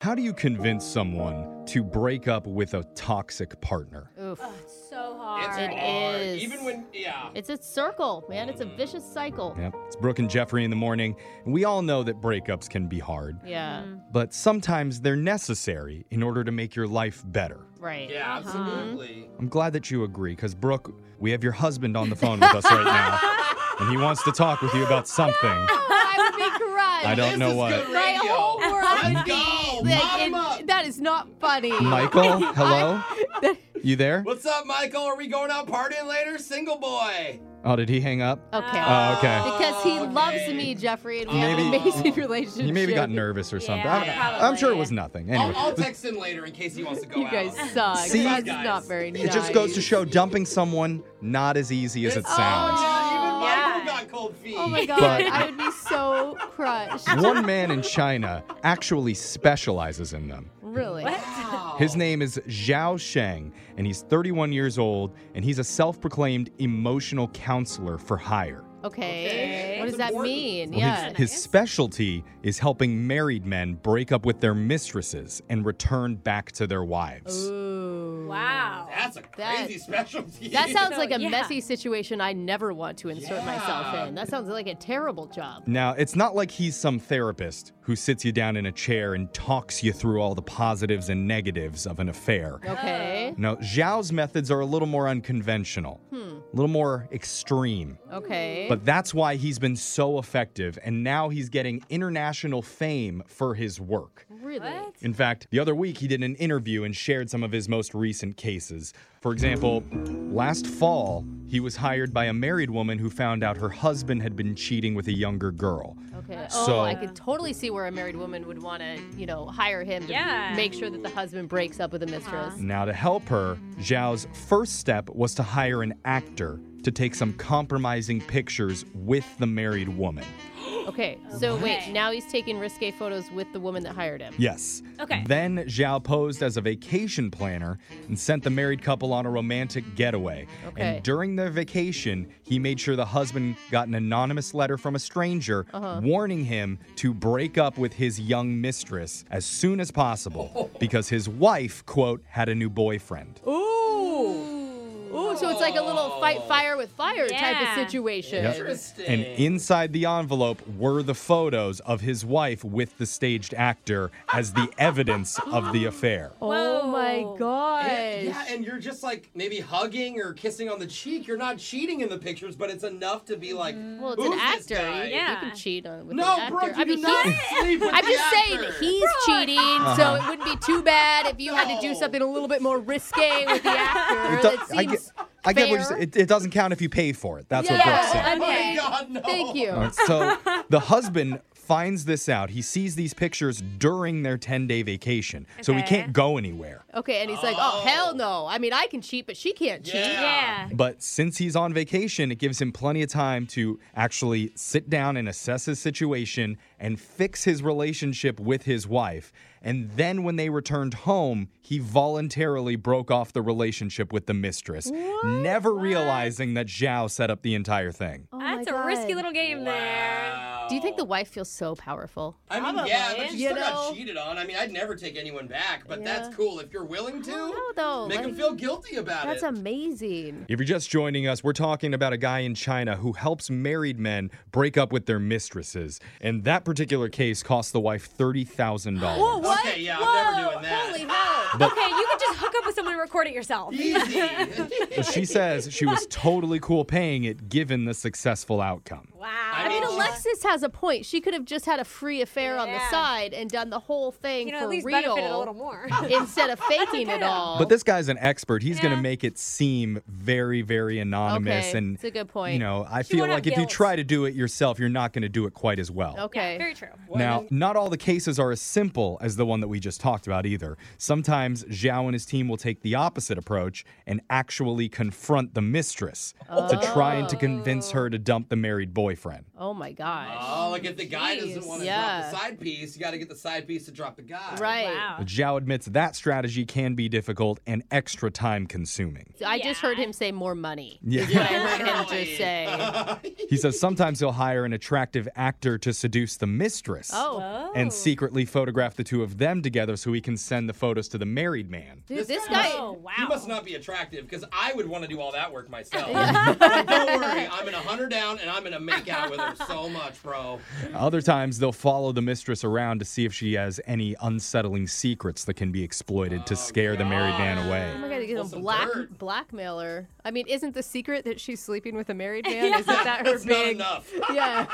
How do you convince someone to break up with a toxic partner? Oof. It's so hard. It's It hard. is. Even when, yeah. It's a circle, man. It's a vicious cycle. Yep. It's Brooke and Jeffrey in the morning. And we all know that breakups can be hard, Yeah. but sometimes they're necessary in order to make your life better. Right. Yeah, absolutely. I'm glad that you agree because, Brooke, we have your husband on the phone with us right now, and he wants to talk with you about something. Oh, I would be crushed. I don't This know is what. good My radio. whole world would Let's be go. like, Mop it- 'em up. that is not funny. Michael, hello? You there? What's up, Michael? Are we going out partying later? Single boy. Oh, did he hang up? Okay. Oh, okay. because he Uh, okay. loves me, Jeffrey, and we Maybe- have an amazing relationship. He maybe got nervous or something. I don't know. Yeah, I'm sure it probably. was nothing. I'll, Anyway, I'll text him later in case he wants to go You guys out. suck. See? That's Guys. not very nice. it just goes to show dumping someone not as easy as it It's- sounds. Oh, yeah, even Yeah. Michael got cold feet. Oh my god, But- I would be so crushed. One man in China actually specializes in them. Really? Wow. His name is Zhao Sheng, and he's 31 years old, and he's a self proclaimed emotional counselor for hire. Okay. Okay. What does That's that important. mean? Well, yeah. his, his specialty is helping married men break up with their mistresses and return back to their wives. Ooh. Wow. That's a That- crazy specialty. That sounds So, like a yeah. messy situation I never want to insert myself Yeah. in. That sounds like a terrible job. Now, it's not like he's some therapist who sits you down in a chair and talks you through all the positives and negatives of an affair. Okay. No, Zhao's methods are a little more unconventional, a little more extreme. Okay. But that's why he's been so effective, and now he's getting international fame for his work. really? What? In fact, the other week he did an interview and shared some of his most recent cases. For example, last fall, he was hired by a married woman who found out her husband had been cheating with a younger girl. Okay. So- oh, I could totally see where a married woman would want to, you know, hire him to Yeah. make sure that the husband breaks up with a mistress. Now, to help her, Zhao's first step was to hire an actor to take some compromising pictures with the married woman. Okay. So wait, Okay. now he's taking risque photos with the woman that hired him. Yes. Okay. Then Zhao posed as a vacation planner and sent the married couple on a romantic getaway. Okay. And during their vacation, he made sure the husband got an anonymous letter from a stranger warning him to break up with his young mistress as soon as possible because his wife, quote, had a new boyfriend. Ooh, so it's like a little fight fire with fire type Yeah. of situation. Yep. Interesting. And inside the envelope were the photos of his wife with the staged actor as the evidence of the affair. Oh my Whoa. gosh. And- yeah, and you're just like maybe hugging or kissing on the cheek. You're not cheating in the pictures, but it's enough to be like, Mm-hmm. well, it's an "Who's this actor. You- guy?" You, Yeah. can cheat on with an No, actor. Brooke, you I mean, do not he's- sleep with I'm the just saying actor. he's cheating, so Uh-huh. it wouldn't be too bad if you had to do No. something a little bit more risque with the actor. It do- that seems I get, I get what you're fair. saying. It, it doesn't count if you pay for it. That's what Yeah, Brooke's saying. I Oh my mean, God, no. Thank you. All right, so the husband finds this out. He sees these pictures during their 10 day vacation. So he Okay. can't go anywhere. Okay, and he's like, oh, hell no. I mean, I can cheat, but she can't cheat. Yeah. Yeah. But since he's on vacation, it gives him plenty of time to actually sit down and assess his situation and fix his relationship with his wife. And then when they returned home, he voluntarily broke off the relationship with the mistress, never realizing that Zhao set up the entire thing. Oh That's a risky little game there. Do you think the wife feels so powerful? I mean, yeah, but Probably. you You still know? got cheated on. I mean, I'd never take anyone back, but that's cool if you're willing to. No, though. Make him like, feel guilty about that's it. amazing. If you're just joining us, we're talking about a guy in China who helps married men break up with their mistresses. And that particular case cost the wife $30,000. What? Okay, yeah, I'm Whoa, never doing that. Holy hell. okay, you can just hook up with someone and record it yourself. Easy. But she says she was totally cool paying it given the successful outcome. Wow. I mean, Yeah. Alexis has a point. She could have just had a free affair on the Yeah. side and done the whole thing you know, for at least real benefited a little more. instead of faking it all. But this guy's an expert. He's going to Yeah. make it seem very, very anonymous. Okay, And, it's a good point. You know, I She feel won't have like if you guilt. try to do it yourself, you're not going to do it quite as well. okay. Very true. Now, not all the cases are as simple as the one that we just talked about either. Sometimes Sometimes Zhao and his team will take the opposite approach and actually confront the mistress to try and to convince her to dump the married boyfriend. Oh my gosh. Oh, like if the guy doesn't want to Yeah. drop the side piece, you got to get the side piece to drop the guy. Right. Wow. Zhao admits that strategy can be difficult and extra time consuming. So I just Yeah. heard him say more money. Yeah. Is what I heard him just say. He says sometimes he'll hire an attractive actor to seduce the mistress Oh, and secretly photograph the two of them together so he can send the photos to the married man. dude, this guy- guy. Oh wow. He must not be attractive because I would want to do all that work myself. Like, don't worry, I'm gonna hunt her down and I'm gonna make out with her so much, bro. Other times they'll follow the mistress around to see if she has any unsettling secrets that can be exploited to scare the married man Oh away. my Oh, god, he's Pull a some black dirt. blackmailer. I mean, isn't the secret that she's sleeping with a married man? Isn't that her That's not big? enough. Yeah.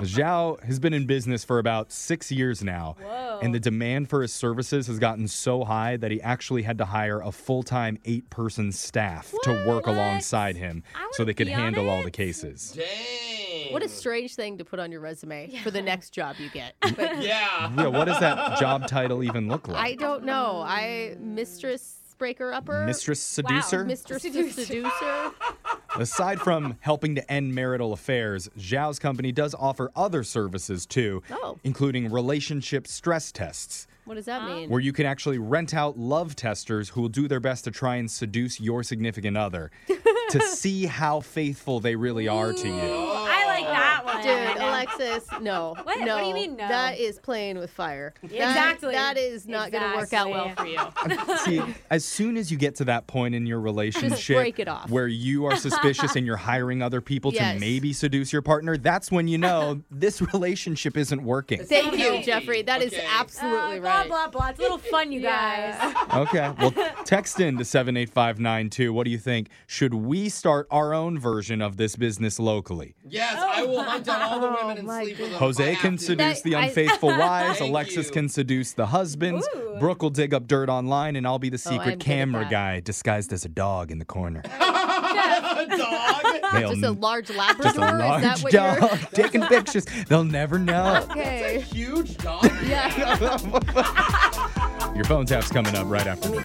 Zhao has been in business for about six years now, and the demand for his services has gotten so high that he actually had to hire a full time eight person staff to work What? alongside him I so wanna they could be on handle all it. the cases. Dang. What a strange thing to put on your resume for the next job you get. But Yeah. Yeah, what does that job title even look like? I don't know. I mistress breaker upper. Mistress seducer? Mistress Seducer. seducer. Aside from helping to end marital affairs, Zhao's company does offer other services too, Oh. including relationship stress tests, What does that mean? where you can actually rent out love testers who will do their best to try and seduce your significant other to see how faithful they really are to you. Oh. I like that one. Dude, Alexis, no. What do No. you mean, no? That is playing with fire. That- Exactly. that is not going to work out well for Exactly. Uh, you. See, as soon as you get to that point in your relationship break it off. where you are suspicious and you're hiring other people Yes. to maybe seduce your partner, that's when you know this relationship isn't working. Thank you, Healthy. Jeffrey. That is Okay. absolutely Uh, right. Blah blah blah. It's a little fun, you guys. Okay. Well, text in to 78592. What do you think? Should we start our own version of this business locally? Yes, I will hunt down all the women and Oh my sleep with them. if I Jose have can to. seduce That- the I- unfaithful wives, Thank Alexis you. can seduce the husbands, Brooke will dig up dirt online, and I'll be the I'm secret good at camera Oh, that. guy disguised as a dog in the corner. Dog. They'll- Just a large Labrador? Um, just a is large that what dog taking pictures. They'll never know. you're. Okay. Huge dog. Yeah. Your phone tap's coming up right after this.